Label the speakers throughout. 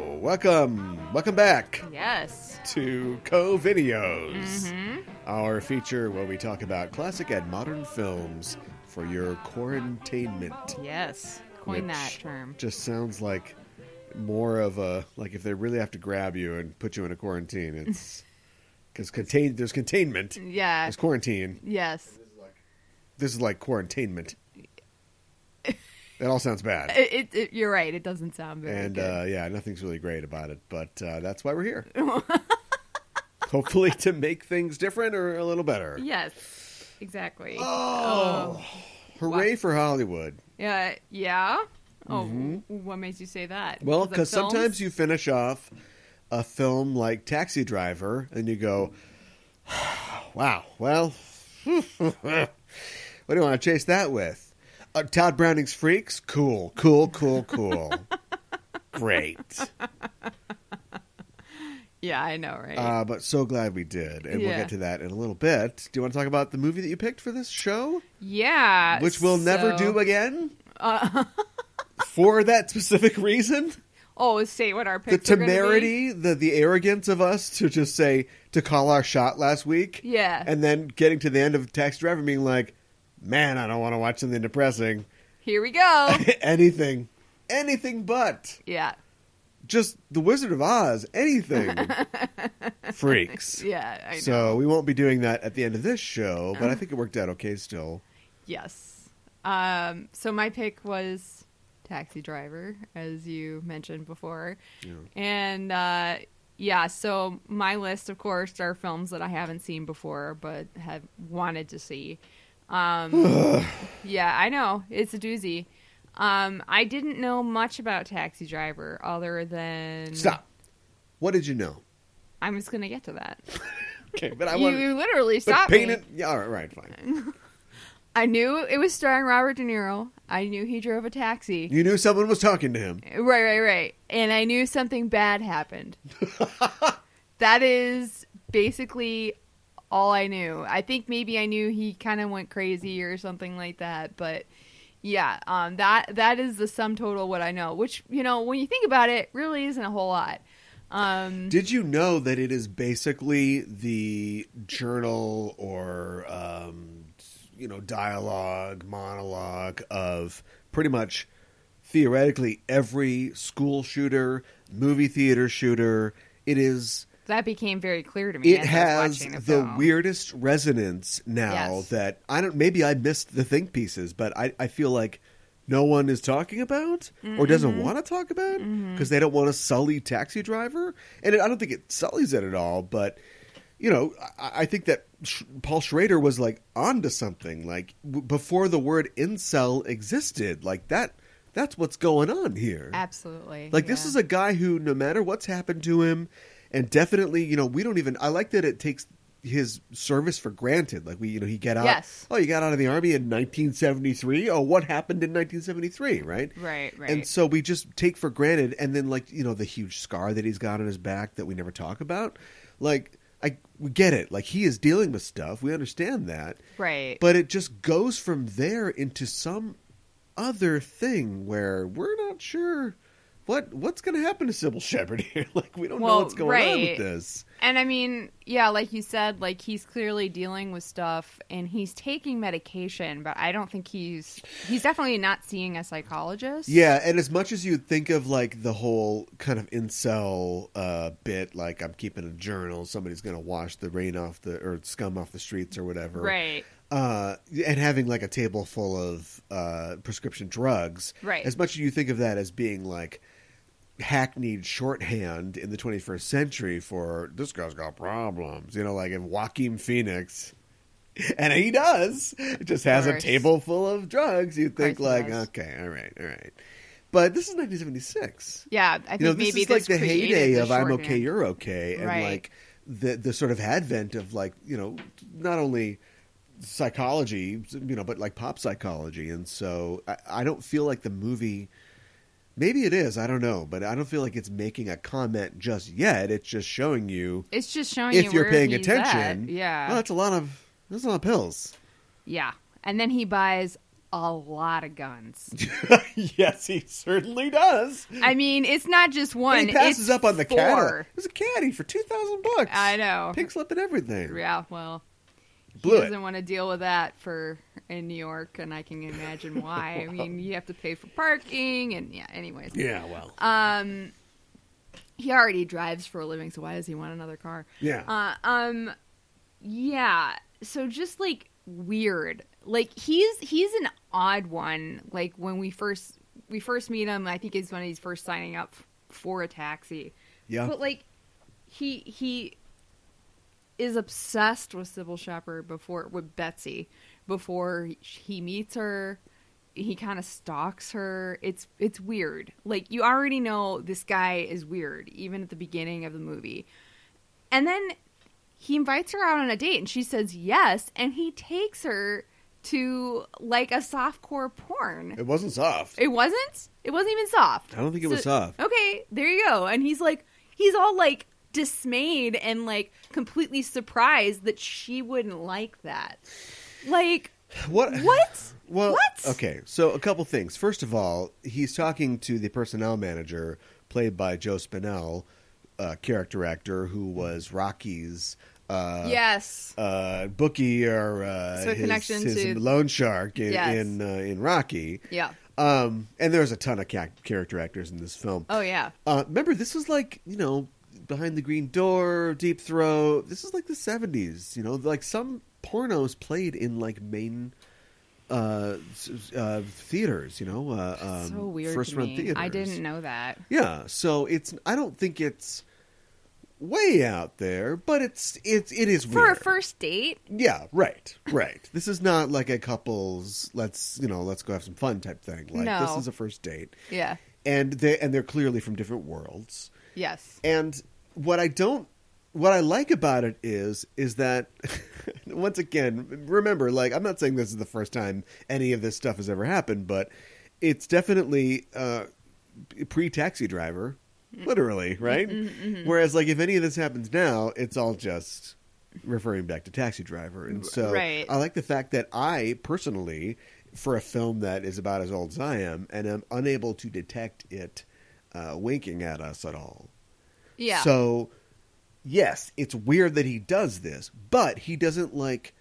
Speaker 1: Welcome, welcome back
Speaker 2: Yes.
Speaker 1: to Co Videos,
Speaker 2: Mm-hmm.
Speaker 1: our feature where we talk about classic and modern films for your quarantainment.
Speaker 2: Yes. Coin that
Speaker 1: which
Speaker 2: term.
Speaker 1: Just sounds like more of a like if they really have to grab you and put you in a quarantine. It's because contain there's containment,
Speaker 2: Yeah.
Speaker 1: there's quarantine.
Speaker 2: Yes.
Speaker 1: This is like quarantainment. That all sounds bad.
Speaker 2: It, it, it- you're right. It doesn't sound very
Speaker 1: and
Speaker 2: good.
Speaker 1: uh, yeah, nothing's really great about it, but uh, that's why we're here. Hopefully, to make things different or a little better.
Speaker 2: yes. Exactly.
Speaker 1: Oh, hooray for Hollywood!
Speaker 2: Yeah. Yeah. Oh, what makes you say that?
Speaker 1: Mm-hmm. Well,
Speaker 2: Is it
Speaker 1: because
Speaker 2: films?
Speaker 1: sometimes you finish off a film like Taxi Driver, and you go, "Wow, well, what do you want to chase that with?" Uh, Todd Browning's Freaks, cool, cool, cool, cool, great.
Speaker 2: Yeah, I know, right?
Speaker 1: Uh, but so glad we did, and we'll
Speaker 2: Yeah.
Speaker 1: get to that in a little bit. Do you want to talk about the movie that you picked for this show,
Speaker 2: yeah.
Speaker 1: which we'll never
Speaker 2: Uh, so- Uh.
Speaker 1: do again? for that specific reason,
Speaker 2: Oh, say what our
Speaker 1: the
Speaker 2: picks are gonna be?
Speaker 1: temerity, the the arrogance of us to just say to call our shot last week,
Speaker 2: Yeah.
Speaker 1: and then getting to the end of Tax Driver being like, "Man, I don't want to watch something depressing.
Speaker 2: Here we go.
Speaker 1: anything, anything but
Speaker 2: yeah.
Speaker 1: just The Wizard of Oz. Anything, freaks."
Speaker 2: Yeah. I know. Oh.
Speaker 1: So we won't be doing that at the end of this show, but I think it worked out okay still.
Speaker 2: Yes. Um, so my pick was Taxi Driver, as you mentioned before. And uh, yeah, so my list, of course, are films that I haven't seen before but have wanted to see. Um, yeah, I know. It's a doozy. Um, I didn't know much about Taxi Driver other than.
Speaker 1: Stop. What did you know?
Speaker 2: I'm just going to get to that.
Speaker 1: Okay, but I
Speaker 2: you,
Speaker 1: want
Speaker 2: you literally
Speaker 1: but
Speaker 2: stopped me.
Speaker 1: paint it. Yeah, all right, right, fine.
Speaker 2: I knew it was starring Robert De Niro. I knew he drove a taxi.
Speaker 1: You knew someone was talking to him.
Speaker 2: Right, right, right. And I knew something bad happened. that is basically all I knew. I think maybe I knew he kind of went crazy or something like that, but yeah, um that that is the sum total of what I know, which, you know, when you think about it, really isn't a whole lot. Um
Speaker 1: Did you know that it is basically the journal or um, you know dialogue monologue of pretty much theoretically every school shooter, movie theater shooter? It is
Speaker 2: that became very clear to me.
Speaker 1: it
Speaker 2: as I was
Speaker 1: has the,
Speaker 2: watching film.
Speaker 1: weirdest resonance now
Speaker 2: Yes.
Speaker 1: that I don't. Maybe I missed the think pieces, but I, I feel like no one is talking about or
Speaker 2: Mm-hmm.
Speaker 1: doesn't want to talk about because they don't want to sully Taxi Driver. And it, I don't think it sullies it at all. But you know, I, I think that Sh- Paul Schrader was like onto something. Like w- before the word incel existed, like that. That's what's going on here.
Speaker 2: Absolutely.
Speaker 1: Like this
Speaker 2: yeah.
Speaker 1: is a guy who, no matter what's happened to him, and definitely, you know, we don't even. I like that it takes his service for granted. Like we, you know, he get out.
Speaker 2: Yes.
Speaker 1: Oh, you got out of the army in 1973. Oh, what happened in 1973? Right.
Speaker 2: Right, right.
Speaker 1: And so we just take for granted, and then like you know the huge scar that he's got on his back that we never talk about. Like I we get it. Like he is dealing with stuff. We understand that.
Speaker 2: right.
Speaker 1: But it just goes from there into some other thing where we're not sure what what's going to happen to Sybil Shepherd here. like we don't know
Speaker 2: Well,
Speaker 1: what's going on with
Speaker 2: right.
Speaker 1: this.
Speaker 2: And I mean, yeah, like you said, like he's clearly dealing with stuff and he's taking medication, but I don't think he's he's definitely not seeing a psychologist.
Speaker 1: Yeah, and as much as you think of like the whole kind of incel uh, bit, like I'm keeping a journal, somebody's going to wash the rain off the or scum off the streets or whatever,
Speaker 2: Right.
Speaker 1: uh, and having like a table full of uh, prescription drugs.
Speaker 2: Right.
Speaker 1: As much as you think of that as being like hackneyed shorthand in the 21st century for this guy's got problems, you know, like in Joaquin Phoenix. And he does. Just has a
Speaker 2: course.
Speaker 1: table full of drugs. You think
Speaker 2: he
Speaker 1: like,
Speaker 2: does.
Speaker 1: okay, all right, all right. But this is 1976
Speaker 2: Yeah, I think
Speaker 1: you know, this
Speaker 2: maybe
Speaker 1: is like the
Speaker 2: created
Speaker 1: heyday of "I'm
Speaker 2: shorthand.
Speaker 1: okay, you're okay," and
Speaker 2: Right.
Speaker 1: like the the sort of advent of like you know not only psychology you know but like pop psychology, and so I, I don't feel like the movie. Maybe it is. I don't know, but I don't feel like it's making a comment just yet. It's just showing you
Speaker 2: It's just showing you
Speaker 1: if you're
Speaker 2: where
Speaker 1: paying
Speaker 2: he's
Speaker 1: attention. Oh,
Speaker 2: at. Yeah.
Speaker 1: well, that's a lot of that's a lot of pills.
Speaker 2: yeah. And then he buys a lot of guns.
Speaker 1: yes, he certainly does.
Speaker 2: I mean, it's not just one.
Speaker 1: he passes
Speaker 2: it's
Speaker 1: up on the
Speaker 2: four.
Speaker 1: caddy. It was a caddy for two thousand bucks.
Speaker 2: I know.
Speaker 1: Pig slipped and everything.
Speaker 2: Yeah, well,
Speaker 1: Blew
Speaker 2: he
Speaker 1: it.
Speaker 2: doesn't want to deal with that for in New York, and I can imagine why. I mean, you have to pay for parking, and yeah. Anyways,
Speaker 1: Yeah, well,
Speaker 2: um, he already drives for a living, so why does he want another car?
Speaker 1: yeah.
Speaker 2: Uh, um, yeah. So just like weird. Like he's he's an odd one. Like when we first we first meet him, I think is when he's first signing up for a taxi.
Speaker 1: yeah.
Speaker 2: But like he he is obsessed with Sybil Shepherd before with Betsy before he meets her. He kind of stalks her. It's it's weird. Like you already know this guy is weird even at the beginning of the movie. And then he invites her out on a date and she says yes and he takes her to like a softcore porn.
Speaker 1: It wasn't soft.
Speaker 2: It wasn't? It wasn't even soft.
Speaker 1: I don't think it was soft.
Speaker 2: Okay, there you go. And he's like, he's all like dismayed and like completely surprised that she wouldn't like that. Like,
Speaker 1: What?
Speaker 2: what?
Speaker 1: Well,
Speaker 2: what?
Speaker 1: okay. So a couple things. First of all, he's talking to the personnel manager, played by Joe Spinell, uh, character actor who was Rocky's. Uh,
Speaker 2: yes.
Speaker 1: Uh, bookie or uh,
Speaker 2: So a
Speaker 1: his,
Speaker 2: connection
Speaker 1: his
Speaker 2: to-
Speaker 1: loan shark in
Speaker 2: Yes.
Speaker 1: in, uh, in Rocky,
Speaker 2: Yeah.
Speaker 1: um, and there's a ton of ca- character actors in this film.
Speaker 2: Oh, yeah.
Speaker 1: Uh, remember, this was like you know, behind the green door, deep throat. This is like the seventies. You know, like some pornos played in like main uh, s- uh, theaters. You know, uh, um,
Speaker 2: so weird.
Speaker 1: First
Speaker 2: to
Speaker 1: run
Speaker 2: me.
Speaker 1: theaters.
Speaker 2: I didn't know that.
Speaker 1: Yeah, so it's. I don't think it's way out there, but it's it's it is
Speaker 2: For a
Speaker 1: weird.
Speaker 2: first date?
Speaker 1: Yeah, right, right. this is not like a couple's let's you know let's go have some fun type thing. Like this
Speaker 2: No.
Speaker 1: is a first date,
Speaker 2: Yeah.
Speaker 1: and they and they're clearly from different worlds.
Speaker 2: Yes.
Speaker 1: And what I don't, what I like about it is, is that once again, remember, like I'm not saying this is the first time any of this stuff has ever happened, but it's definitely uh, pre taxi driver, literally, right? Whereas, like if any of this happens now, it's all just referring back to taxi driver, and so
Speaker 2: Right.
Speaker 1: I like the fact that I personally. For a film that is about as old as I am, and am unable to detect it uh, winking at us at all.
Speaker 2: Yeah.
Speaker 1: So, yes, it's weird that he does this, but he doesn't like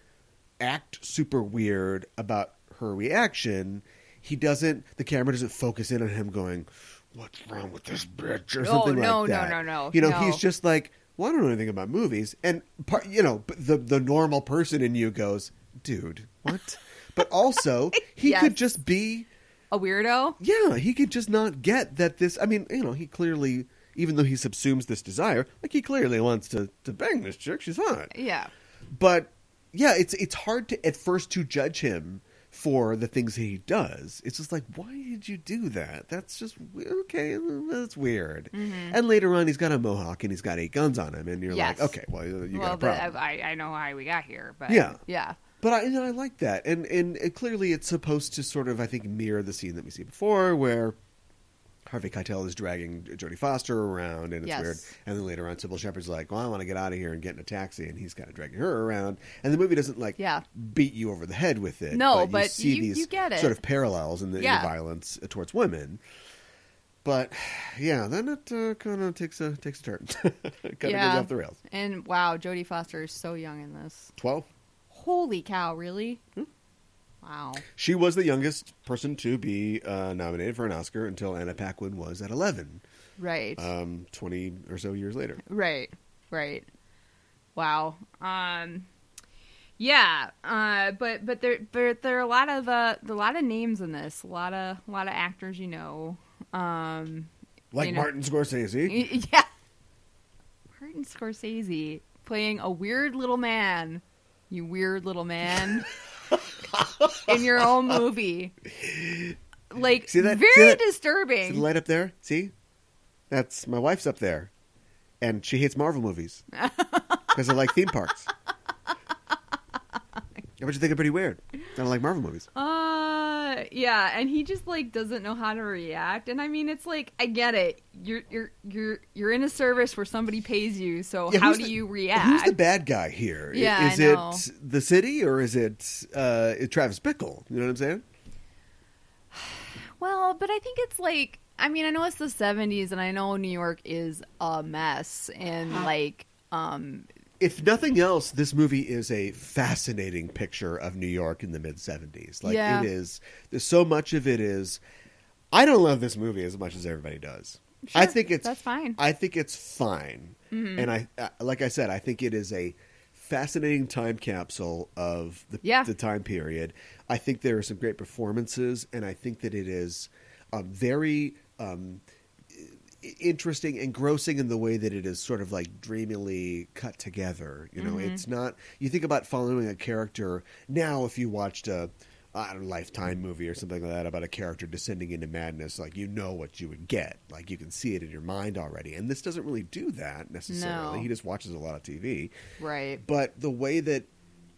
Speaker 1: act super weird about her reaction. He doesn't. The camera doesn't focus in on him going, "What's wrong with this bitch?" or
Speaker 2: Oh,
Speaker 1: something
Speaker 2: no,
Speaker 1: like
Speaker 2: no,
Speaker 1: that.
Speaker 2: no, no,
Speaker 1: You know,
Speaker 2: no.
Speaker 1: he's just like, "Well, I don't know anything about movies," and part, you know, but the the normal person in you goes, "Dude, what?" but also, he
Speaker 2: Yes.
Speaker 1: could just be
Speaker 2: a weirdo?
Speaker 1: yeah, he could just not get that this. I mean, you know, he clearly, even though he subsumes this desire, like he clearly wants to to bang this chick. She's hot,
Speaker 2: Yeah.
Speaker 1: but yeah, it's it's hard to at first to judge him for the things that he does. It's just like, why did you do that? That's just we- okay. That's weird. And later on, he's got a mohawk and he's got eight guns on him, and you're
Speaker 2: Mm-hmm. Yes.
Speaker 1: like, okay, well, you you got
Speaker 2: well,
Speaker 1: a problem.
Speaker 2: the, I, I know how we got here, but
Speaker 1: Yeah.
Speaker 2: Yeah.
Speaker 1: But I, you know, I like that, and and it, clearly it's supposed to sort of, I think, mirror the scene that we see before, where Harvey Keitel is dragging Jodie Foster around, and it's
Speaker 2: Yes.
Speaker 1: weird. And then later on, Sybil Shepherd's like, "Well, I want to get out of here and get in a taxi," and he's kind of dragging her around. And the movie doesn't like
Speaker 2: Yeah.
Speaker 1: beat you over the head with it. but you
Speaker 2: No, but
Speaker 1: see
Speaker 2: you-
Speaker 1: these
Speaker 2: you get it.
Speaker 1: sort of parallels in the, in the
Speaker 2: Yeah.
Speaker 1: violence uh, towards women. But yeah, then it uh, kind of takes a takes a turn, kind of
Speaker 2: Yeah.
Speaker 1: goes off the rails.
Speaker 2: And wow, Jodie Foster is so young in this.
Speaker 1: Twelve.
Speaker 2: Holy cow, really?
Speaker 1: Hmm?
Speaker 2: Wow.
Speaker 1: She was the youngest person to be uh, nominated for an Oscar until Anna Paquin was at 11,
Speaker 2: Right.
Speaker 1: um, 20 or so years later.
Speaker 2: right. Right. Wow. Um yeah, uh, but but there but there are a lot of uh, a lot of names in this, a lot of a lot of actors you know. Um,
Speaker 1: Like
Speaker 2: You know.
Speaker 1: Martin Scorsese.
Speaker 2: y- yeah, Martin Scorsese playing a weird little man, you weird little man, in your own movie, like
Speaker 1: See that-
Speaker 2: very
Speaker 1: see that- See
Speaker 2: disturbing.
Speaker 1: the light up there? See? That's my wife's up there. And she hates Marvel movies because I like theme parks. I bet you think I'm pretty weird. I don't like Marvel movies.
Speaker 2: Uh yeah, and he just like doesn't know how to react. And I mean it's like I get it. You're you're you're you're in a service where somebody pays you, so
Speaker 1: Yeah,
Speaker 2: how
Speaker 1: who's
Speaker 2: do
Speaker 1: the-
Speaker 2: you
Speaker 1: Who's
Speaker 2: react?
Speaker 1: the bad guy here? I-
Speaker 2: Yeah, I
Speaker 1: Is
Speaker 2: know.
Speaker 1: it the city or is it uh, Travis Bickle? You know what I'm saying?
Speaker 2: Well, but I think it's like I mean, I know it's the 70s and I know New York is a mess and like um
Speaker 1: If nothing else, this movie is a fascinating picture of New York in the mid 70s. Like
Speaker 2: Yeah.
Speaker 1: it is there's so much of it is I don't love this movie as much as everybody does. I
Speaker 2: Sure,
Speaker 1: think it's
Speaker 2: that's fine. Mm-hmm.
Speaker 1: I think it's fine. And I uh, like I said, I think it is a fascinating time capsule of the,
Speaker 2: Yeah.
Speaker 1: the time period. I think there are some great performances and I think that it is um, very um, i- interesting, engrossing in the way that it is sort of like dreamily cut together. You know, it's not. You think about following a character now. If you watched a I don't know, Lifetime movie or something like that about a character descending into madness, like you know what you would get. Like you can see it in your mind already. And this doesn't really do that necessarily.
Speaker 2: No.
Speaker 1: He just watches a lot of TV
Speaker 2: right.
Speaker 1: but the way that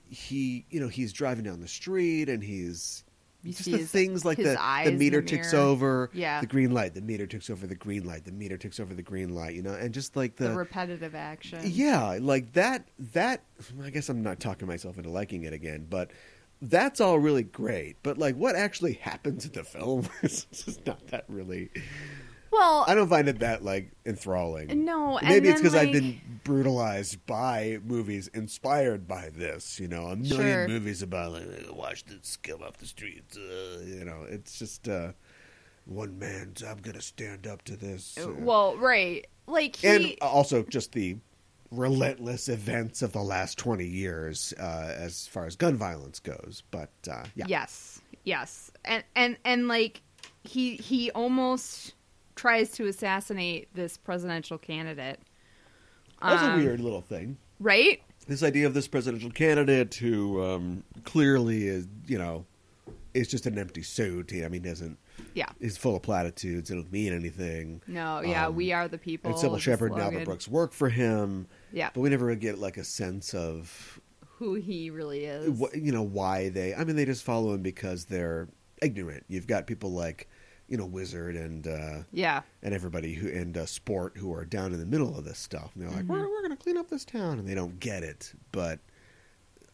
Speaker 1: he you know he's driving down the street and he's
Speaker 2: You
Speaker 1: just
Speaker 2: see
Speaker 1: the
Speaker 2: his-
Speaker 1: things like
Speaker 2: his
Speaker 1: the,
Speaker 2: eyes
Speaker 1: the
Speaker 2: in the
Speaker 1: meter ticks
Speaker 2: mirror.
Speaker 1: over
Speaker 2: Yeah.
Speaker 1: the green light the meter ticks over the green light the meter ticks over the green light you know and just like
Speaker 2: The,
Speaker 1: the,
Speaker 2: repetitive action.
Speaker 1: yeah like that that i guess i'm not talking myself into liking it again but that's all really great but like what actually happens in the film is just not that really
Speaker 2: Well,
Speaker 1: i don't find it that like enthralling
Speaker 2: no, and
Speaker 1: Maybe it's
Speaker 2: then,
Speaker 1: because I've
Speaker 2: like-
Speaker 1: been brutalized by movies inspired by this. You know, a million
Speaker 2: Sure.
Speaker 1: movies about like, watch this come off the streets. Uh, you know, it's just uh, one man's. I'm gonna stand up to this. uh,
Speaker 2: Well, right. Like he
Speaker 1: and also just the relentless events of the last twenty years uh, as far as gun violence goes. But uh, yeah,
Speaker 2: Yes. Yes. And and and like he he almost tries to assassinate this presidential candidate.
Speaker 1: that's a
Speaker 2: Um,
Speaker 1: weird little thing.
Speaker 2: Right?
Speaker 1: this idea of this presidential candidate who um, clearly is, you know, is just an empty suit. He, I mean, doesn't
Speaker 2: Yeah.
Speaker 1: is full of platitudes. It don't mean anything.
Speaker 2: No, yeah,
Speaker 1: Um,
Speaker 2: we are the people.
Speaker 1: and Sybil
Speaker 2: the
Speaker 1: Shepherd and
Speaker 2: slogan,
Speaker 1: Albert Brooks work for him.
Speaker 2: Yeah.
Speaker 1: but we never really get like a sense of
Speaker 2: Who he really is.
Speaker 1: wh- you know why they. I mean, they just follow him because they're ignorant. You've got people like you know Wizard and uh,
Speaker 2: Yeah.
Speaker 1: and everybody who and uh, Sport who are down in the middle of this stuff, and they're like, "We're we're going to clean up this town," and they don't get it. But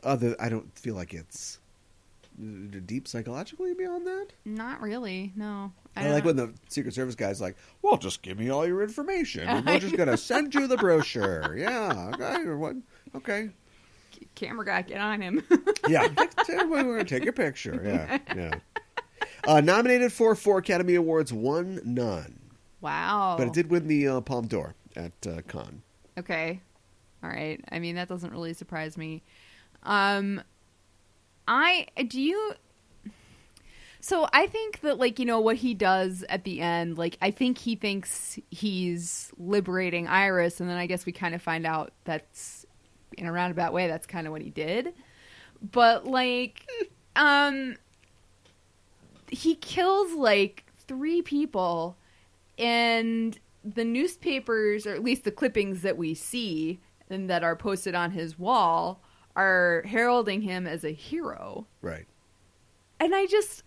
Speaker 1: other, I don't feel like it's uh, deep psychologically beyond that.
Speaker 2: Not really. No.
Speaker 1: I, like when the Secret Service guy's like, "Well, just give me all your information. and We're just going to send you the brochure." Yeah, okay, or what? Okay,
Speaker 2: the camera guy get on him.
Speaker 1: yeah, we're going to take your picture. Yeah, yeah. Uh, nominated for four Academy Awards, one none,
Speaker 2: wow.
Speaker 1: but it did win the uh, Palme d'Or at uh, Cannes.
Speaker 2: Okay. All right. I mean, that doesn't really surprise me. Um I do you So I think that like, you know, what he does at the end, like I think he thinks he's liberating Iris and then I guess we kind of find out that's in a roundabout way that's kind of what he did. But like um he kills like three people and the newspapers or at least the clippings that we see and that are posted on his wall are heralding him as a hero
Speaker 1: Right.
Speaker 2: and i just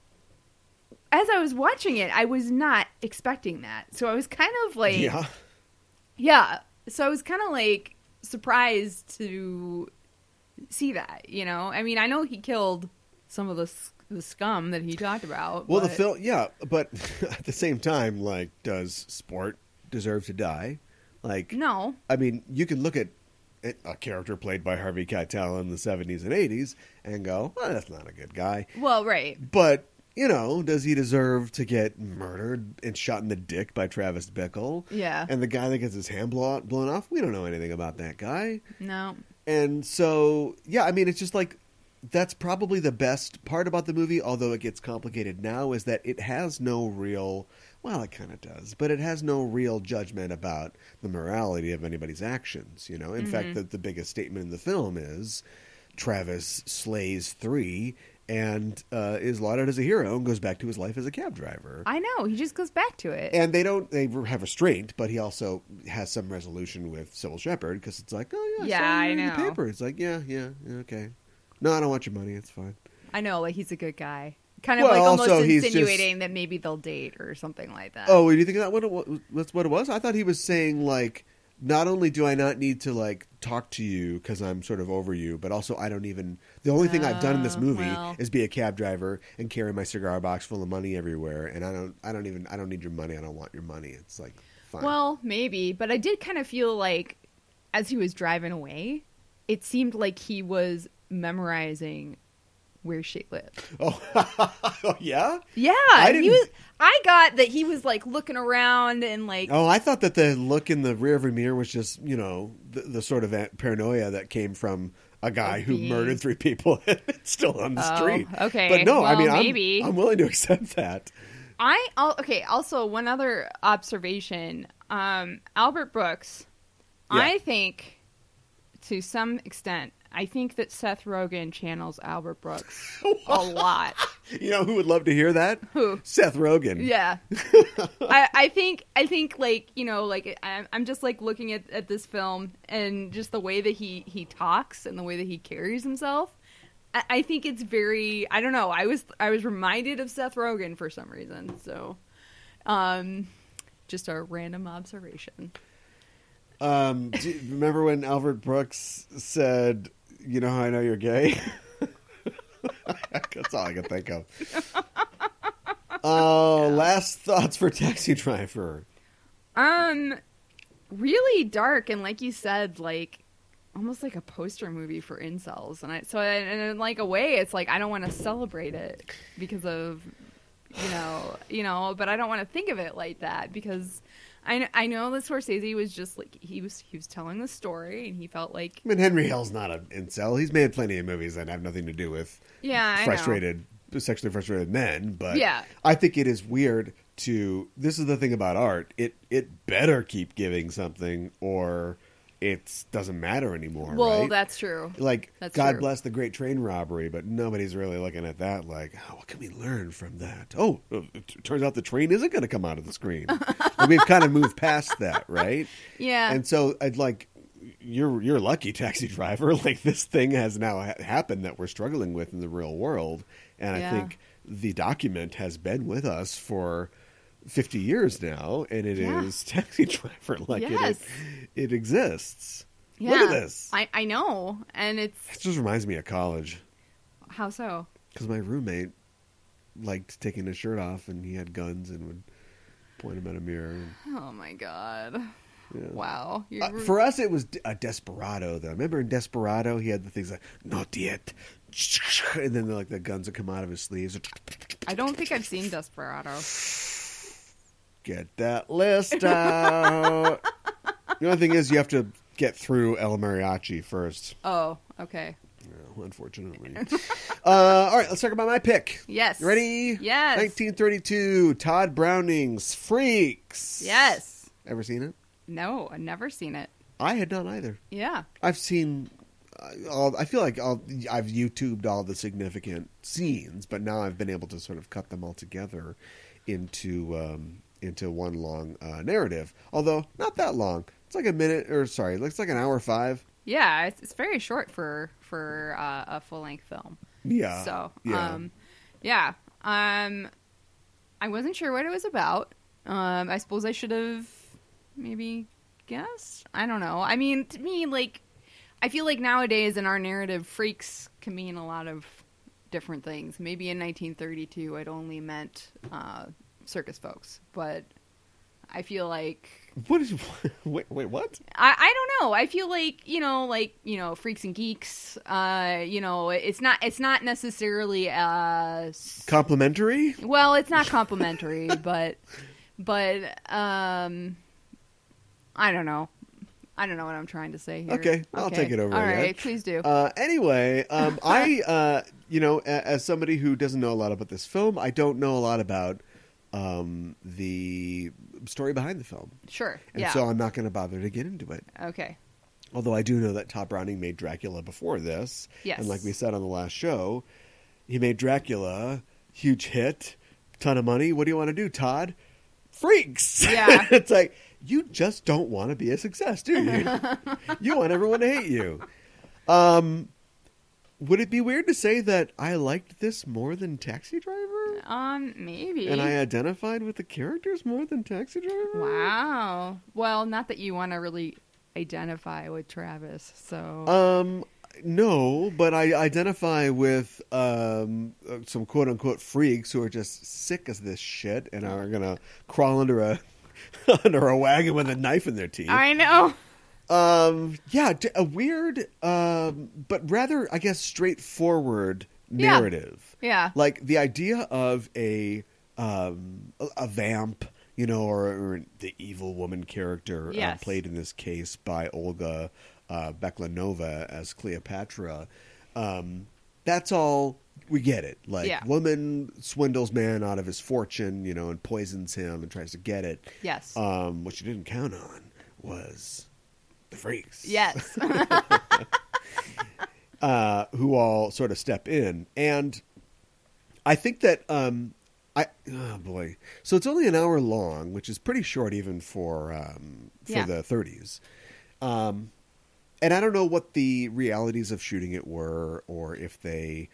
Speaker 2: as i was watching it i was not expecting that so i was kind of like
Speaker 1: Yeah.
Speaker 2: yeah. So I was kind of like surprised to see that, you know? I mean, I know he killed some of the, s- the scum that he talked about.
Speaker 1: Well, the
Speaker 2: but-
Speaker 1: film, yeah, but at the same time, like, does sport deserve to die? Like,
Speaker 2: No.
Speaker 1: I mean, you can look at at a character played by Harvey Keitel in the seventies and eighties and go, "Well, that's not a good guy."
Speaker 2: Well, right.
Speaker 1: But you know, does he deserve to get murdered and shot in the dick by Travis Bickle?
Speaker 2: Yeah.
Speaker 1: And the guy that gets his hand blow- blown off, we don't know anything about that guy.
Speaker 2: No.
Speaker 1: And so, yeah, I mean, it's just like that's probably the best part about the movie, although it gets complicated now, is that it has no real. Well, it kind of does, but it has no real judgment about the morality of anybody's actions. You know, in fact, the, the biggest statement in the film is Travis slays three and uh, is lauded as a hero and goes back to his life as a cab driver
Speaker 2: I know. He just goes back to it.
Speaker 1: and they don't they have restraint but he also has some resolution with sybil shepherd because it's like oh yeah
Speaker 2: Yeah,
Speaker 1: saw you
Speaker 2: I
Speaker 1: in the
Speaker 2: know.
Speaker 1: paper it's like yeah yeah yeah, okay no i don't want your money it's fine
Speaker 2: I know. Like, he's a good guy. Kind of
Speaker 1: Well,
Speaker 2: like almost
Speaker 1: also, he's
Speaker 2: insinuating that maybe they'll date or something like that.
Speaker 1: oh do you think that what it was, that's what it was i thought he was saying like not only do I not need to like talk to you because I'm sort of over you, but also I don't even. The only thing I've done in this
Speaker 3: Oh,
Speaker 1: movie
Speaker 3: well.
Speaker 1: is be a cab driver and carry my cigar box full of money everywhere, and I don't. I don't even. I don't need your money. I don't want your money. It's like fine.
Speaker 2: Well, maybe, but I did kind of feel like as he was driving away, it seemed like he was memorizing where she lived.
Speaker 1: oh yeah.
Speaker 2: Yeah,
Speaker 1: I
Speaker 2: he
Speaker 1: didn't-
Speaker 2: was. I got that he was like looking around and like
Speaker 1: Oh, I thought that the look in the rear view mirror was just you know the, the sort of a- paranoia that came from a guy
Speaker 2: Of
Speaker 1: who
Speaker 2: being-
Speaker 1: murdered three people and it's still on the
Speaker 2: Oh,
Speaker 1: street.
Speaker 2: okay.
Speaker 1: but no, I
Speaker 2: Well,
Speaker 1: mean I'm-
Speaker 2: maybe.
Speaker 1: I'm willing to accept that.
Speaker 2: I al- okay. Also, one other observation: um, Albert Brooks.
Speaker 1: Yeah.
Speaker 2: I think, to some extent, I think that Seth Rogen channels Albert Brooks a lot.
Speaker 1: You know who would love to hear that?
Speaker 2: Who?
Speaker 1: Seth Rogen.
Speaker 2: Yeah, I, I think I think like you know like I'm, I'm just like looking at, at this film and just the way that he he talks and the way that he carries himself. I, I think it's very I don't know I was I was reminded of Seth Rogen for some reason. So, um, just a random observation.
Speaker 1: Um, do you remember when Albert Brooks said, "You know how I know you're gay"? That's all I can think of. Oh, last thoughts for Taxi Driver.
Speaker 2: Um, really dark and like you said, like almost like a poster movie for incels. And I so and in like a way, it's like I don't want to celebrate it because of you know you know, but I don't want to think of it like that because. I kn- I know that Scorsese was just like he was he was telling the story and he felt like
Speaker 1: I mean, Henry Hill's not an incel. He's made plenty of movies that have nothing to do with
Speaker 2: yeah I know.
Speaker 1: frustrated, sexually frustrated men. But
Speaker 2: Yeah.
Speaker 1: I think it is weird to. This is the thing about art. It it better keep giving something, or it doesn't matter anymore.
Speaker 2: Well,
Speaker 1: right?
Speaker 2: that's true.
Speaker 1: like
Speaker 2: That's
Speaker 1: God
Speaker 2: true.
Speaker 1: bless the Great Train Robbery, but nobody's really looking at that. Like, oh, what can we learn from that? Oh, it t- turns out the train isn't going to come out of the screen. And we've kind of moved past that, right?
Speaker 2: Yeah.
Speaker 1: And so I'd like you're you're lucky, taxi driver. Like this thing has now ha- happened that we're struggling with in the real world, and
Speaker 2: Yeah.
Speaker 1: I think the document has been with us for. 50 years now and it is
Speaker 2: Yeah.
Speaker 1: taxi driver like
Speaker 2: Yes.
Speaker 1: it, it exists
Speaker 2: yeah.
Speaker 1: look at this
Speaker 2: I I know and it's
Speaker 1: it just reminds me of college
Speaker 2: how so
Speaker 1: because my roommate liked taking his shirt off, and he had guns and would point them at a mirror. and-
Speaker 2: oh my god
Speaker 1: Yeah.
Speaker 2: wow You're-
Speaker 1: Uh, for us, it was d- a desperado. Though, remember in Desperado, he had the things like "not yet," and then like the guns would come out of his sleeves.
Speaker 2: I don't think I've seen Desperado.
Speaker 1: Get that list out. the only thing is, you have to get through El Mariachi first.
Speaker 2: Oh, okay.
Speaker 1: Yeah, unfortunately. uh, all right, let's talk about my pick.
Speaker 2: Yes.
Speaker 1: You ready?
Speaker 2: Yes.
Speaker 1: 1932, Todd Browning's Freaks.
Speaker 2: Yes.
Speaker 1: Ever seen it?
Speaker 2: No, I've never seen it.
Speaker 1: I had not either.
Speaker 2: Yeah.
Speaker 1: I've seen uh, all. I feel like all, I've YouTubed all the significant scenes, but now I've been able to sort of cut them all together into um, into one long uh, narrative. Although not that long. It's like a minute, or sorry, it's like an hour five.
Speaker 2: Yeah, it's, it's very short for for uh, a full length film.
Speaker 1: Yeah.
Speaker 2: so,
Speaker 1: yeah.
Speaker 2: um yeah. Um I wasn't sure what it was about. Um I suppose I should have maybe guessed. I don't know. I mean, to me like I feel like nowadays in our narrative freaks can mean a lot of different things. Maybe in 1932 it only meant uh circus folks, but I feel like
Speaker 1: what is? Wait, wait, what?
Speaker 2: I, I don't know. I feel like you know, like you know, freaks and geeks. Uh, you know, it's not it's not necessarily uh, s-
Speaker 1: Complimentary?
Speaker 2: well, it's not complimentary, but but um, I don't know. I don't know what I'm trying to say here.
Speaker 1: Okay, I'll take it over
Speaker 2: All
Speaker 1: again.
Speaker 2: right, please do.
Speaker 1: Uh, anyway, um, I, uh, you know, a- as somebody who doesn't know a lot about this film, I don't know a lot about um, the story behind the film.
Speaker 2: sure.
Speaker 1: And
Speaker 2: yeah.
Speaker 1: so I'm not going to bother to get into it.
Speaker 2: okay.
Speaker 1: Although I do know that Todd Browning made Dracula before this.
Speaker 2: Yes.
Speaker 1: And like we said on the last show, he made Dracula, huge hit, ton of money. What do you want to do, Todd? Freaks.
Speaker 2: Yeah.
Speaker 1: it's like, you just don't want to be a success, do you? you want everyone to hate you. Um, would it be weird to say that I liked this more than Taxi Driver?
Speaker 2: Um, maybe.
Speaker 1: And I uh, identified with the characters more than Taxi Driver?
Speaker 2: wow. Well, not that you want to really
Speaker 3: identify with Travis. So
Speaker 1: Um, no, but I identify with um, uh, some quote unquote freaks who are just sick as this shit and are gonna crawl under a under a wagon with a knife in their teeth.
Speaker 2: I know.
Speaker 1: Um, yeah, d- a weird, um, but rather I guess straightforward
Speaker 2: Yeah.
Speaker 1: narrative.
Speaker 2: Yeah.
Speaker 1: Like the idea of a um, a- a vamp, you know, or, or the evil woman character uh,
Speaker 2: Yes.
Speaker 1: played in this case by Olga uh, Beklanova as Cleopatra. Um, that's all we get it. Like
Speaker 2: Yeah.
Speaker 1: woman swindles man out of his fortune, you know, and poisons him and tries to get it.
Speaker 2: Yes.
Speaker 1: Um, what you didn't count on was the freaks.
Speaker 2: yes.
Speaker 1: Uh, who all sort of step in. And I think that, um, I, oh boy. So it's only an hour long, which is pretty short even for, um, for
Speaker 2: Yeah.
Speaker 1: the 30s. Um, and I don't know what the realities of shooting it were or if they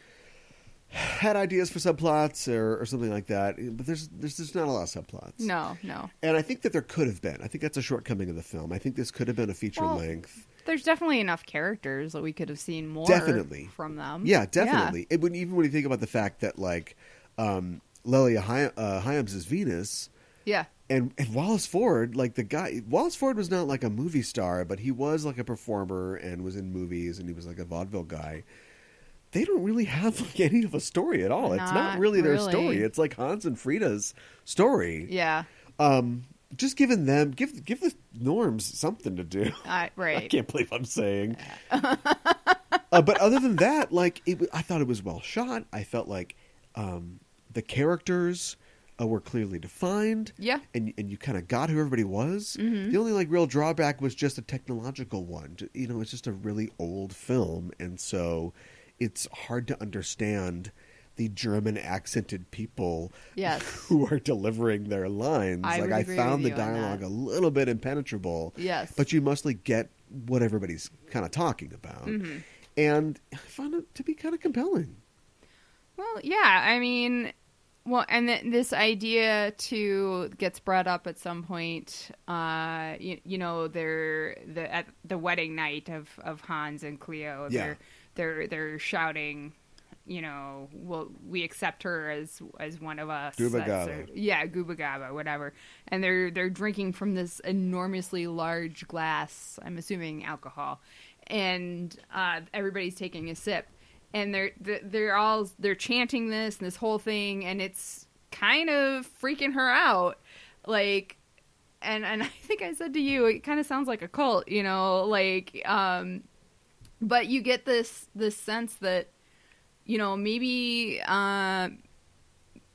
Speaker 1: had ideas for subplots or, or something like that. But there's, there's, there's not a lot of subplots.
Speaker 2: no. No.
Speaker 1: And I think that there could have been. I think that's a shortcoming of the film. I think this could have been a feature
Speaker 2: Well,
Speaker 1: length.
Speaker 2: There's definitely enough characters that we could have seen more.
Speaker 1: Definitely.
Speaker 2: from them.
Speaker 1: Yeah, definitely. It would even when you think about the fact that like um, Lelia Hy- uh, Hyams is Venus
Speaker 2: Yeah.
Speaker 1: and and Wallace Ford, like the guy Wallace Ford was not like a movie star, but he was like a performer and was in movies and he was like a vaudeville guy. They don't really have like any of a story at all. it's not
Speaker 2: Not
Speaker 1: really their
Speaker 2: really.
Speaker 1: story. It's like Hans and Frida's story.
Speaker 2: Yeah.
Speaker 1: Um, just giving them give give the norms something to do.
Speaker 2: I
Speaker 1: I
Speaker 2: right.
Speaker 1: can't believe I'm saying. uh, but other than that, like it, w- I thought it was well shot. I felt like um, the characters uh, were clearly defined.
Speaker 2: Yeah.
Speaker 1: and and you kind of got who everybody was.
Speaker 2: Mm-hmm.
Speaker 1: The only like real drawback was just a technological one. J- You know, it's just a really old film, and so it's hard to understand the German accented people
Speaker 2: Yes.
Speaker 1: who are delivering their lines.
Speaker 2: I
Speaker 1: like
Speaker 2: would
Speaker 1: I
Speaker 2: agree
Speaker 1: found the
Speaker 2: with you on
Speaker 1: dialogue
Speaker 2: that.
Speaker 1: a little bit impenetrable
Speaker 2: Yes.
Speaker 1: but you mostly get what everybody's kind of talking about.
Speaker 2: Mm-hmm.
Speaker 1: And I found it to be kind of compelling.
Speaker 2: Well, yeah, I mean, well, and th- this idea too gets brought up at some point. Uh, you, you know, they're the at the wedding night of of Hans and Cleo.
Speaker 1: Yeah.
Speaker 2: They're they're they're shouting. You know, well, we accept her as as one of us.
Speaker 1: Gubba
Speaker 2: That's
Speaker 1: Gabba.
Speaker 2: her- yeah, Gooba Gabba, whatever. And they're they're drinking from this enormously large glass. I'm assuming alcohol, and uh, everybody's taking a sip, and they're they're- they're all they're chanting this and this whole thing, and it's kind of freaking her out, like. And, and I think I said to you, it kind of sounds like a cult, you know, like, um, but you get this this sense that, you know, maybe uh,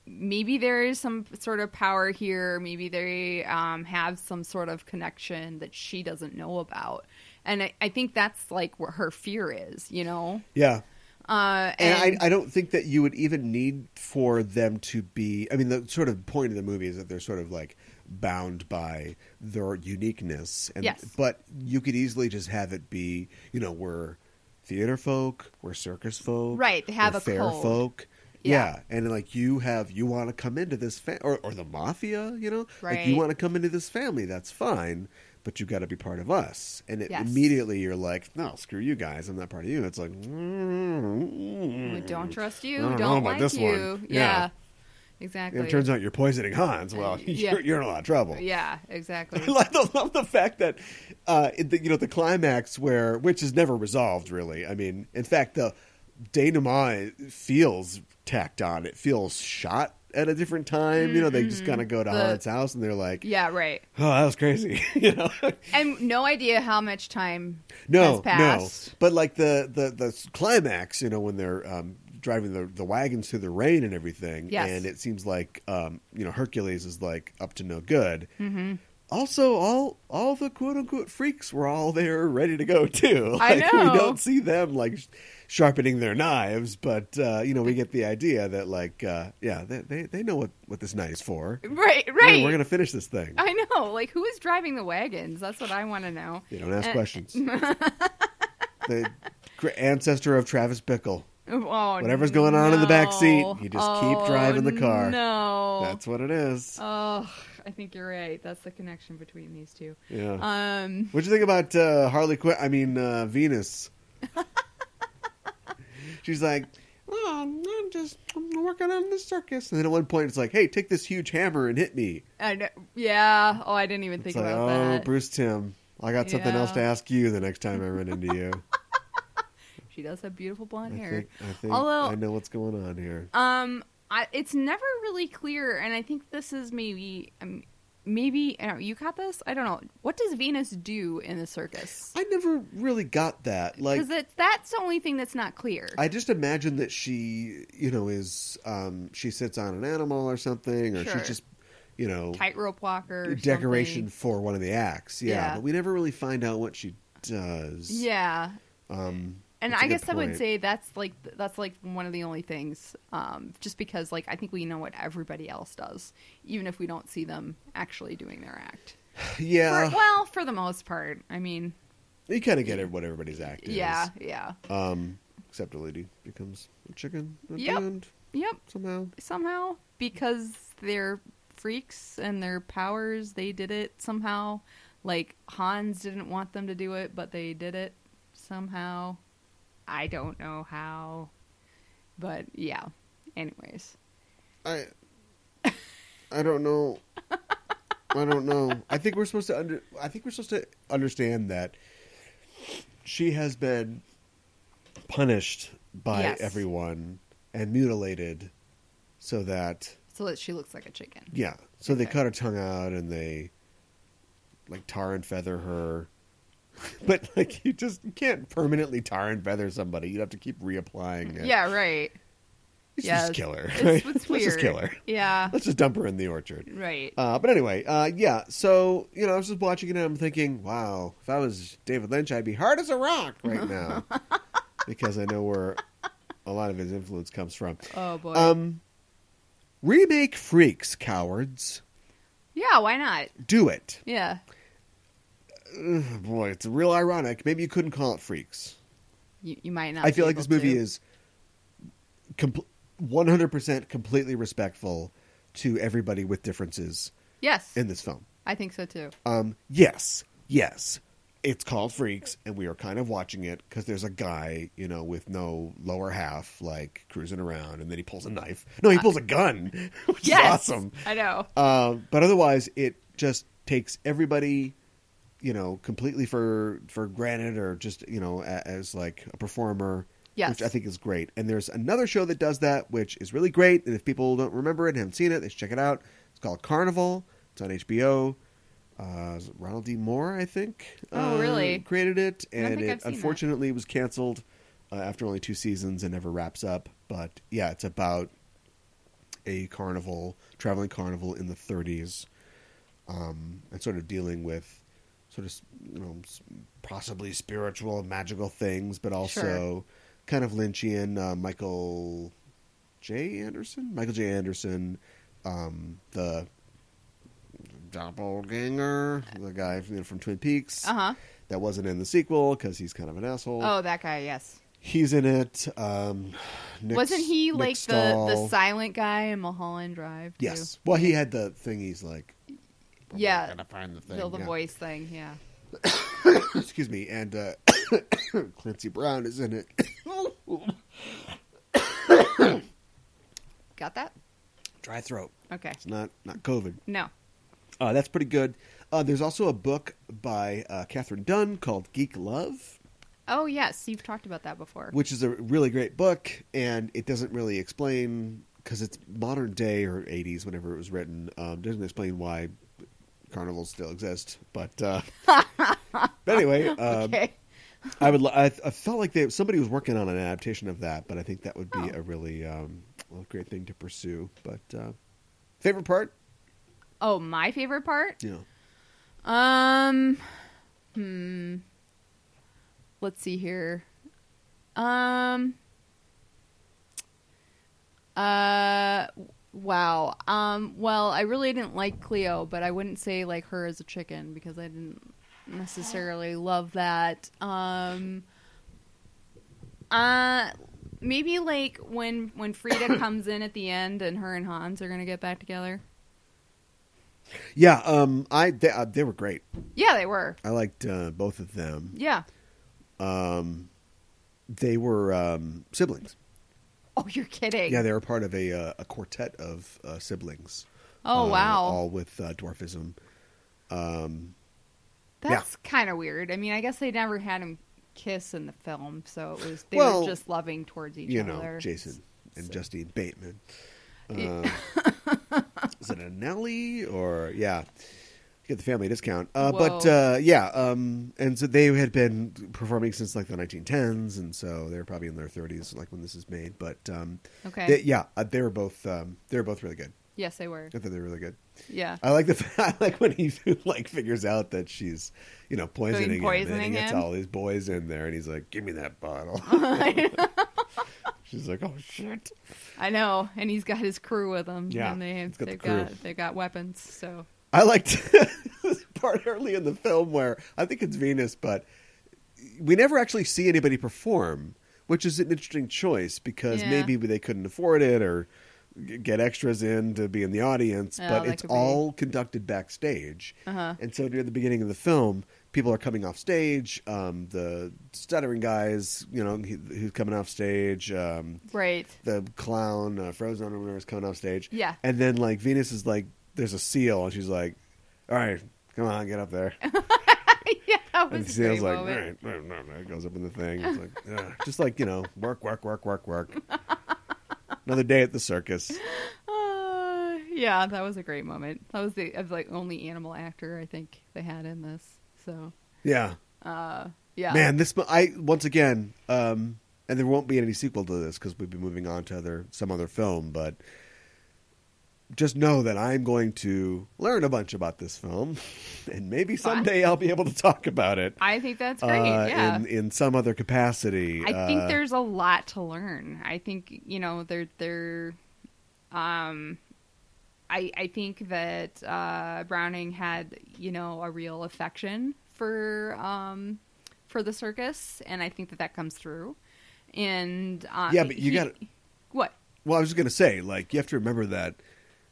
Speaker 2: maybe there is some sort of power here. Maybe they um, have some sort of connection that she doesn't know about. And I, I think that's like what her fear is, you know?
Speaker 1: Yeah.
Speaker 2: Uh,
Speaker 1: And, I, I don't think that you would even need for them to be. I mean, the sort of point of the movie is that they're sort of like bound by their uniqueness. And,
Speaker 2: Yes.
Speaker 1: But you could easily just have it be, you know, we're theater folk, we're circus folk,
Speaker 2: Right, they have
Speaker 1: we're
Speaker 2: a
Speaker 1: fair
Speaker 2: code.
Speaker 1: folk. Yeah.
Speaker 2: Yeah.
Speaker 1: and like you have, you want to come into this fa- or or the mafia, you know, like you
Speaker 2: Right.
Speaker 1: want to come into this family. That's fine, but you got to be part of us. And it,
Speaker 2: Yes.
Speaker 1: immediately you're like, no, screw you guys, I'm not part of you. It's like,
Speaker 2: we don't trust you,
Speaker 1: I don't know
Speaker 2: don't,
Speaker 1: about
Speaker 2: like
Speaker 1: this
Speaker 2: you.
Speaker 1: one.
Speaker 2: Yeah.
Speaker 1: Yeah.
Speaker 2: Exactly.
Speaker 1: And it turns out you're poisoning Hans. Well,
Speaker 2: Uh, yeah.
Speaker 1: you're, you're in a lot of trouble.
Speaker 2: yeah, exactly.
Speaker 1: I love the, love the fact that, uh, it- the, you know, the climax where, which is never resolved, really. I mean, in fact, the denouement feels tacked on. It feels shot at a different time. You know, they just kind of go to
Speaker 2: Mm-hmm. The-
Speaker 1: Hans' house and they're like,
Speaker 2: yeah, right.
Speaker 1: oh, that was crazy. you know?
Speaker 2: And no idea how much time
Speaker 1: No,
Speaker 2: has
Speaker 1: no.
Speaker 2: passed.
Speaker 1: But like the the the climax, you know, when they're um, driving the the wagons through the rain and everything,
Speaker 2: Yes.
Speaker 1: and it seems like um, you know Hercules is like up to no good. Mm-hmm. Also, all all the quote unquote freaks were all there, ready to go too.
Speaker 2: I
Speaker 1: Like,
Speaker 2: know.
Speaker 1: We don't see them like sh- sharpening their knives, but uh, you know we get the idea that like uh, yeah, they, they they know what what this night is for.
Speaker 2: Right,
Speaker 1: Hey,
Speaker 2: right.
Speaker 1: we're gonna finish this thing.
Speaker 2: I know. Like, who is driving the wagons? That's what I want to know.
Speaker 1: They don't ask
Speaker 2: Uh,
Speaker 1: questions. the gr- ancestor of Travis Bickle.
Speaker 2: Oh,
Speaker 1: Whatever's going on in the back seat,
Speaker 2: no. Oh,
Speaker 1: you just keep driving the car.
Speaker 2: No.
Speaker 1: That's what it is.
Speaker 2: Oh, I think you're right. That's the connection between these two.
Speaker 1: yeah.
Speaker 2: Um,
Speaker 1: What'd you think about uh, Harley Quinn? I mean, uh, Venus. She's like, oh, I'm just I'm working on the circus. And then at one point, it's like, hey, take this huge hammer and hit me.
Speaker 2: I know, yeah. Oh, I didn't even
Speaker 1: It's
Speaker 2: think
Speaker 1: like,
Speaker 2: about
Speaker 1: oh,
Speaker 2: that.
Speaker 1: Bruce Tim, I got something
Speaker 2: Yeah.
Speaker 1: else to ask you the next time I run into you.
Speaker 2: She does have beautiful
Speaker 1: I
Speaker 2: blonde hair.
Speaker 1: think, I think
Speaker 2: Although-
Speaker 1: I know what's going on here.
Speaker 2: Um, I, it's never really clear, and I think this is maybe, um, maybe I don't know, you caught this. I don't know. What does Venus do in the circus?
Speaker 1: I never really got that. Like,
Speaker 2: Because that's the only thing that's not clear.
Speaker 1: I just imagine that she, you know, is um, she sits on an animal or something, or
Speaker 2: Sure.
Speaker 1: she's just, you know,
Speaker 2: Tightrope walker, or
Speaker 1: decoration
Speaker 2: something.
Speaker 1: for one of the acts. Yeah,
Speaker 2: Yeah.
Speaker 1: but we never really find out what she does.
Speaker 2: Yeah,
Speaker 1: Um,
Speaker 2: and
Speaker 1: that's a
Speaker 2: I
Speaker 1: good
Speaker 2: guess I would
Speaker 1: point.
Speaker 2: say that's like that's like one of the only things, um, just because like I think we know what everybody else does, even if we don't see them actually doing their act.
Speaker 1: yeah,
Speaker 2: For- well, for the most part, I mean,
Speaker 1: you kind of get it what everybody's acting.
Speaker 2: yeah, yeah,
Speaker 1: Um, except a lady becomes a chicken at
Speaker 2: Yep.
Speaker 1: the end
Speaker 2: yep.
Speaker 1: somehow.
Speaker 2: somehow because they're freaks and their powers they did it somehow like hans didn't want them to do it but they did it somehow i don't know how but yeah anyways
Speaker 1: I, I don't know. I don't know. I think we're supposed to under. I think we're supposed to understand that she has been punished by
Speaker 2: Yes.
Speaker 1: everyone and mutilated, so that
Speaker 2: so that she looks like a chicken
Speaker 1: Yeah. So they
Speaker 2: Okay.
Speaker 1: cut her tongue out and they like tar and feather her. but like you just you can't permanently tar and feather somebody. You have to keep reapplying it.
Speaker 2: yeah right
Speaker 1: Let's
Speaker 2: yes.
Speaker 1: just kill her.
Speaker 2: it's, it's weird
Speaker 1: Let's just kill her.
Speaker 2: yeah
Speaker 1: Let's just dump her in the orchard.
Speaker 2: right
Speaker 1: Uh, but anyway, uh, yeah. So you know, I was just watching it and I'm thinking, wow, if I was David Lynch, I'd be hard as a rock right now because I know where a lot of his influence comes from.
Speaker 2: oh boy
Speaker 1: Um, remake Freaks, cowards,
Speaker 2: yeah why not
Speaker 1: do it.
Speaker 2: yeah
Speaker 1: Ugh, boy, it's real ironic. Maybe you couldn't call it Freaks.
Speaker 2: you, you might not
Speaker 1: I feel
Speaker 2: be
Speaker 1: like this
Speaker 2: able
Speaker 1: movie
Speaker 2: to.
Speaker 1: is compl- 100% completely respectful to everybody with differences
Speaker 2: yes
Speaker 1: in this film.
Speaker 2: i think so too
Speaker 1: Um, yes, yes, it's called Freaks, and we are kind of watching it because there's a guy, you know, with no lower half, like cruising around, and then he pulls a knife. No, he pulls a gun, which
Speaker 2: yes
Speaker 1: is awesome.
Speaker 2: i know
Speaker 1: Um, but otherwise, it just takes everybody, you know, completely for for granted, or just you know, a, as like a performer.
Speaker 2: Yes.
Speaker 1: which I think is great. And there's another show that does that, which is really great. And if people don't remember it and haven't seen it, they should check it out. It's called Carnival. It's on HBO. Uh, is it Ronald D. Moore, I think.
Speaker 2: Oh,
Speaker 1: uh,
Speaker 2: really?
Speaker 1: Created it,
Speaker 2: don't
Speaker 1: and
Speaker 2: think
Speaker 1: it
Speaker 2: I've seen that.
Speaker 1: unfortunately was canceled uh, after only two seasons and never wraps up. But yeah, it's about a carnival, traveling carnival in the 30s, um, and sort of dealing with sort of you know s- possibly spiritual and magical things, but also
Speaker 2: Sure.
Speaker 1: kind of Lynchian. Uh, Michael J. Anderson, Michael J. Anderson, um, the doppelganger, the guy from, from Twin Peaks.
Speaker 2: uh-huh
Speaker 1: That wasn't in the sequel because he's kind of an asshole.
Speaker 2: oh that guy yes
Speaker 1: He's in it. Um, Nick-
Speaker 2: Wasn't he
Speaker 1: Nick
Speaker 2: like the, the
Speaker 1: Stahl.
Speaker 2: silent guy in Mulholland Drive? too?
Speaker 1: Yes. Well, he had the thing. He's like, "Well,
Speaker 2: Yeah.
Speaker 1: I gotta find the thing.
Speaker 2: The, the
Speaker 1: yeah.
Speaker 2: voice thing, yeah.
Speaker 1: Excuse me. And uh, Clancy Brown is in it.
Speaker 2: Got that?
Speaker 1: Dry throat.
Speaker 2: Okay.
Speaker 1: It's not not COVID.
Speaker 2: No.
Speaker 1: Uh, that's pretty good. Uh, there's also a book by uh, Catherine Dunn called Geek Love,
Speaker 2: Oh yes, you've talked about that before.
Speaker 1: which is a really great book, and it doesn't really explain because it's modern day or 80s whenever it was written. Um, doesn't explain why carnivals still exist, but uh, but anyway, um,
Speaker 2: okay.
Speaker 1: I would. li- I, I felt like they, somebody was working on an adaptation of that, but I think that would be
Speaker 2: Oh.
Speaker 1: a really um, a great thing to pursue. But uh, favorite part,
Speaker 2: Oh, my favorite part?
Speaker 1: you know,
Speaker 2: Um hmm. Let's see here. Um uh wow. Um well, I really didn't like Cleo, but I wouldn't say like her as a chicken because I didn't necessarily love that. Um uh Maybe like when when Frida comes in at the end and her and Hans are gonna get back together.
Speaker 1: Yeah, um, I they, uh, they were great.
Speaker 2: Yeah, they were.
Speaker 1: I liked uh, both of them.
Speaker 2: Yeah.
Speaker 1: Um, they were um, siblings.
Speaker 2: Oh, you're kidding.
Speaker 1: Yeah, they were part of a uh, a quartet of uh, siblings.
Speaker 2: oh
Speaker 1: uh,
Speaker 2: wow.
Speaker 1: all with uh, dwarfism. Um, yeah.
Speaker 2: That's kind of weird. I mean, I guess they never had him kiss in the film, so it was they
Speaker 1: Well,
Speaker 2: were just loving towards each
Speaker 1: you
Speaker 2: other.
Speaker 1: know, Jason and
Speaker 2: So-
Speaker 1: Justine Bateman.
Speaker 2: Yeah.
Speaker 1: Uh, is it a Nelly or yeah? Get the family discount, uh, but
Speaker 2: Whoa.
Speaker 1: uh, yeah, um, and so they had been performing since like the 1910s, and so they're probably in their 30s, like when this is made. But um,
Speaker 2: Okay.
Speaker 1: they, yeah, uh, they were both um, they were both really good.
Speaker 2: yes, they were.
Speaker 1: I thought they were really good.
Speaker 2: Yeah.
Speaker 1: I like the f- I like when he like figures out that she's you know poisoning, him, and
Speaker 2: poisoning
Speaker 1: he gets
Speaker 2: him?
Speaker 1: all his boys in there, and he's like, "Give me that bottle." she's like, "Oh shit!"
Speaker 2: I know, and he's got his crew with him.
Speaker 1: Yeah,
Speaker 2: and they
Speaker 1: he's got the
Speaker 2: they've
Speaker 1: crew.
Speaker 2: got they've got weapons. So
Speaker 1: I liked this part early in the film where I think it's Venus, but we never actually see anybody perform, which is an interesting choice because
Speaker 2: Yeah.
Speaker 1: maybe they couldn't afford it or g- get extras in to be in the audience,
Speaker 2: Oh,
Speaker 1: but
Speaker 2: that
Speaker 1: it's
Speaker 2: could be.
Speaker 1: all conducted backstage.
Speaker 2: Uh-huh.
Speaker 1: And so near the beginning of the film, people are coming off stage. Um, the stuttering guys, you know, he, who's coming off stage. Um,
Speaker 2: right.
Speaker 1: the clown uh, Frozen or whatever is coming off stage.
Speaker 2: Yeah.
Speaker 1: And then like Venus is like, there's a seal, and she's like, all right, come on, get up there.
Speaker 2: yeah,
Speaker 1: And
Speaker 2: that
Speaker 1: the
Speaker 2: was a great
Speaker 1: seal's like, all
Speaker 2: moment.
Speaker 1: right, no, no, no, goes up in the thing. It's like, "Ugh." just like you know, work, work, work, work, work. Another day at the circus.
Speaker 2: Uh, yeah, that was a great moment. That was the of like only animal actor I think they had in this. So
Speaker 1: Yeah,
Speaker 2: yeah,
Speaker 1: man. This mo- I once again, um, and there won't be any sequel to this because we'll be moving on to other some other film, but. Just know that I'm going to learn a bunch about this film, and maybe someday I'll be able to talk about it.
Speaker 2: I think that's great.
Speaker 1: uh,
Speaker 2: yeah,
Speaker 1: in in some other capacity.
Speaker 2: I
Speaker 1: Uh,
Speaker 2: think there's a lot to learn. I think you know they're they're, um, I I think that uh, Browning had you know a real affection for um for the circus, and I think that that comes through. And um,
Speaker 1: Yeah, but you
Speaker 2: he-
Speaker 1: gotta-
Speaker 2: what?
Speaker 1: Well, I was just gonna say, like, you have to remember that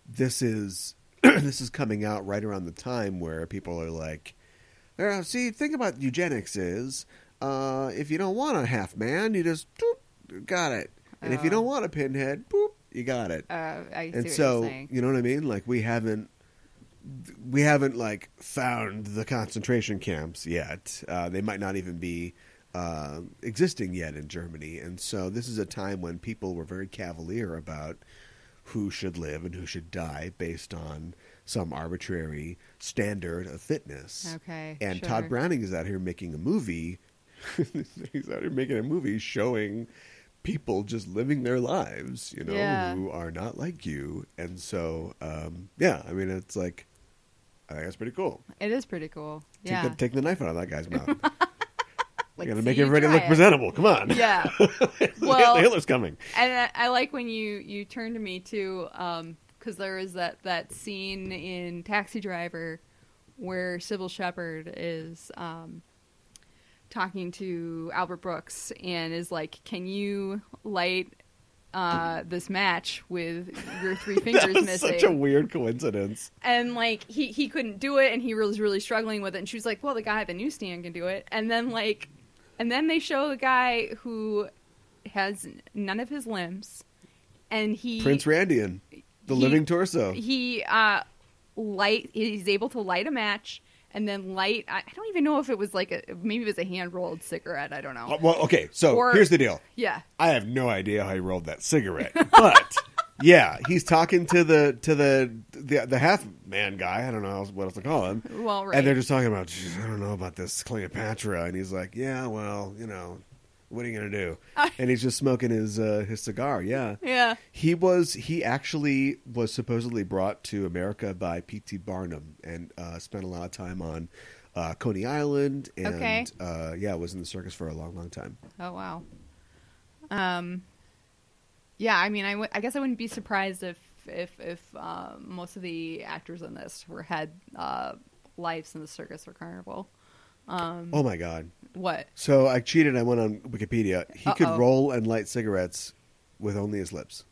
Speaker 1: this is this is coming out right around the time where people are like, "Yeah, "See, the thing about eugenics is, uh, if you don't want a half man, you just boop, got it, and if you
Speaker 2: Oh.
Speaker 1: don't want a pinhead, boop, you got it."
Speaker 2: Uh, I see
Speaker 1: and
Speaker 2: what
Speaker 1: so
Speaker 2: you're saying.
Speaker 1: you know what I mean? Like, we haven't. We haven't like found the concentration camps yet. Uh, they might not even be uh, existing yet in Germany, and so this is a time when people were very cavalier about who should live and who should die based on some arbitrary standard of fitness.
Speaker 2: Okay,
Speaker 1: And
Speaker 2: sure.
Speaker 1: Todd Browning is out here making a movie. He's out here making a movie showing people just living their lives, you know,
Speaker 2: Yeah.
Speaker 1: who are not like you. And so, um, yeah, I mean, it's like, I think that's pretty cool.
Speaker 2: It is pretty cool.
Speaker 1: Take,
Speaker 2: Yeah,
Speaker 1: the, take the knife out of that guy's mouth. You
Speaker 2: Like,
Speaker 1: gotta
Speaker 2: see
Speaker 1: make
Speaker 2: you
Speaker 1: everybody
Speaker 2: try
Speaker 1: look
Speaker 2: it.
Speaker 1: presentable. Come on.
Speaker 2: Yeah.
Speaker 1: the
Speaker 2: Well-
Speaker 1: Hitler's coming.
Speaker 2: and I, I like when you you turn to me too um because there is that that scene in taxi driver where sybil shepherd is um talking to albert brooks and is like can you light uh, this match with your three
Speaker 1: That
Speaker 2: fingers
Speaker 1: was
Speaker 2: missing
Speaker 1: such a weird coincidence.
Speaker 2: and like he he couldn't do it and he was really struggling with it and she was like well the guy at the newsstand can do it and then like and then they show a guy who has none of his limbs and he
Speaker 1: Prince Randian, the
Speaker 2: he-
Speaker 1: living torso.
Speaker 2: he uh light he's able to light a match and then light i I don't even know if it was like a maybe it was a hand rolled cigarette i don't
Speaker 1: Uh,
Speaker 2: know
Speaker 1: well, okay, so
Speaker 2: Or-
Speaker 1: here's the deal.
Speaker 2: yeah
Speaker 1: I have no idea how he rolled that cigarette, but yeah, he's talking to the to the the, the half man guy. I don't know else- what else to call him.
Speaker 2: well right
Speaker 1: And they're just talking about, "Geez, I don't know about this Cleopatra, and he's like, yeah, well, you know, what are you gonna do?
Speaker 2: Uh.
Speaker 1: And he's just smoking his uh, his cigar. Yeah,
Speaker 2: yeah
Speaker 1: he was he actually was supposedly brought to America by P.T. Barnum and uh, spent a lot of time on uh, Coney Island and
Speaker 2: Okay.
Speaker 1: uh, yeah, was in the circus for a long, long time.
Speaker 2: Oh wow. Um. Yeah, I mean, I, w- I guess I wouldn't be surprised if if if uh, most of the actors in this were had uh, lives in the circus or carnival. Um,
Speaker 1: Oh my god.
Speaker 2: What?
Speaker 1: So I cheated. I went on Wikipedia. He
Speaker 2: Uh-oh.
Speaker 1: could roll and light cigarettes with only his lips,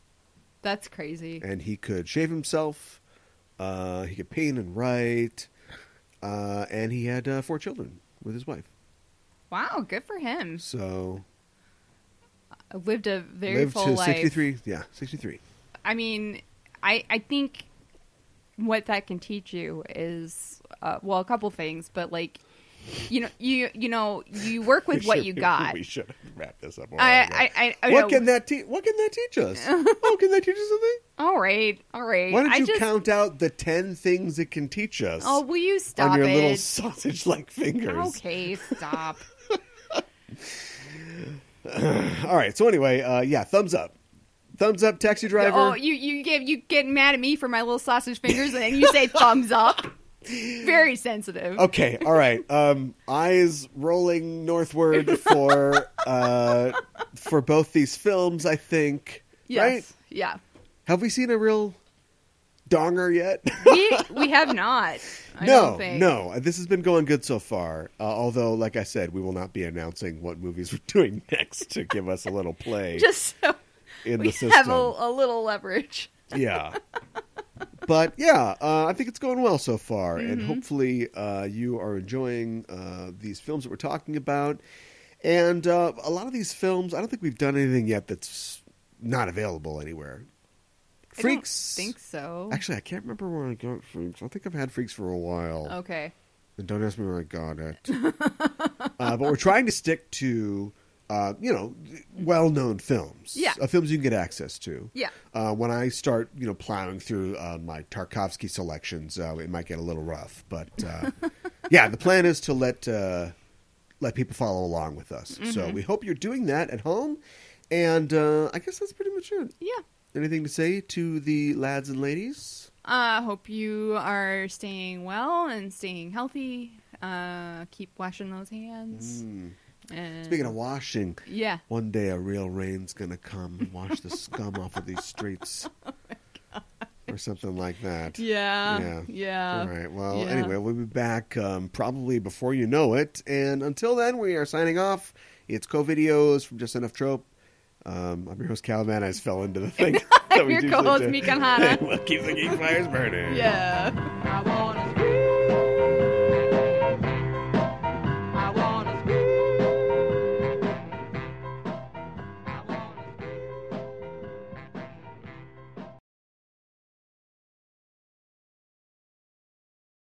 Speaker 2: That's crazy.
Speaker 1: and he could shave himself. Uh, he could paint and write, uh, and he had uh, four children with his wife.
Speaker 2: Wow, good for him.
Speaker 1: So
Speaker 2: Lived a very
Speaker 1: lived
Speaker 2: full
Speaker 1: to
Speaker 2: life.
Speaker 1: sixty-three. Yeah, sixty-three.
Speaker 2: I mean, I I think what that can teach you is uh, well, a couple things, but like you know, you you know, you work with
Speaker 1: We
Speaker 2: what
Speaker 1: should-
Speaker 2: you got.
Speaker 1: We should wrap this up.
Speaker 2: I I, I, I
Speaker 1: what
Speaker 2: know.
Speaker 1: can that teach? What can that teach us? oh, can that teach us something?
Speaker 2: all right, all right.
Speaker 1: Why don't
Speaker 2: I
Speaker 1: you
Speaker 2: just,
Speaker 1: count out the ten things it can teach us
Speaker 2: Oh, will you stop
Speaker 1: on your
Speaker 2: it?
Speaker 1: little sausage-like fingers?
Speaker 2: Okay, stop.
Speaker 1: All right. So anyway, uh, yeah, thumbs up, thumbs up, taxi driver.
Speaker 2: Oh, you you get you get mad at me for my little sausage fingers, and then you say thumbs up. Very sensitive.
Speaker 1: Okay. All right. Um, eyes rolling northward for uh, for both these films. I think.
Speaker 2: yes,
Speaker 1: Right?
Speaker 2: yeah.
Speaker 1: Have we seen a real donger yet?
Speaker 2: We we have not. I
Speaker 1: no,
Speaker 2: don't think.
Speaker 1: no. This has been going good so far. Uh, although, like I said, we will not be announcing what movies we're doing next to give us a little play
Speaker 2: Just so
Speaker 1: in
Speaker 2: we
Speaker 1: the system.
Speaker 2: have a, a little leverage.
Speaker 1: yeah but yeah uh, i think it's going well so far and
Speaker 2: Mm-hmm.
Speaker 1: hopefully uh, you are enjoying uh, these films that we're talking about and uh, a lot of these films i don't think we've done anything yet that's not available anywhere freaks
Speaker 2: I don't think so.
Speaker 1: actually i can't remember where i got freaks i think i've had freaks for a while
Speaker 2: Okay.
Speaker 1: and don't ask me where I got it. uh, but we're trying to stick to, uh, you know, well-known films.
Speaker 2: Yeah.
Speaker 1: Uh, films you can get access to.
Speaker 2: Yeah.
Speaker 1: Uh, when I start, you know, plowing through uh, my Tarkovsky selections, uh, it might get a little rough. But uh, yeah, the plan is to let uh, let people follow along with us. So we hope you're doing that at home. And uh, I guess that's pretty much it.
Speaker 2: Yeah.
Speaker 1: Anything to say to the lads and ladies?
Speaker 2: I uh, hope you are staying well and staying healthy. Uh, keep washing those hands. And
Speaker 1: Hmm. Speaking of washing,
Speaker 2: yeah,
Speaker 1: One day a real rain's gonna come and wash the scum off of these streets. Or something like that.
Speaker 2: yeah, yeah,
Speaker 1: Yeah. All right. Well,
Speaker 2: Yeah.
Speaker 1: anyway, we'll be back um, probably before you know it. And until then, we are signing off. It's co-videos from Just Enough Trope. Um, I'm your host, Calaman. I just fell into the thing. that we
Speaker 2: Your
Speaker 1: usually
Speaker 2: co-host,
Speaker 1: do.
Speaker 2: Mikan Hana.
Speaker 1: we'll keep the geek fires burning.
Speaker 2: yeah. I wanna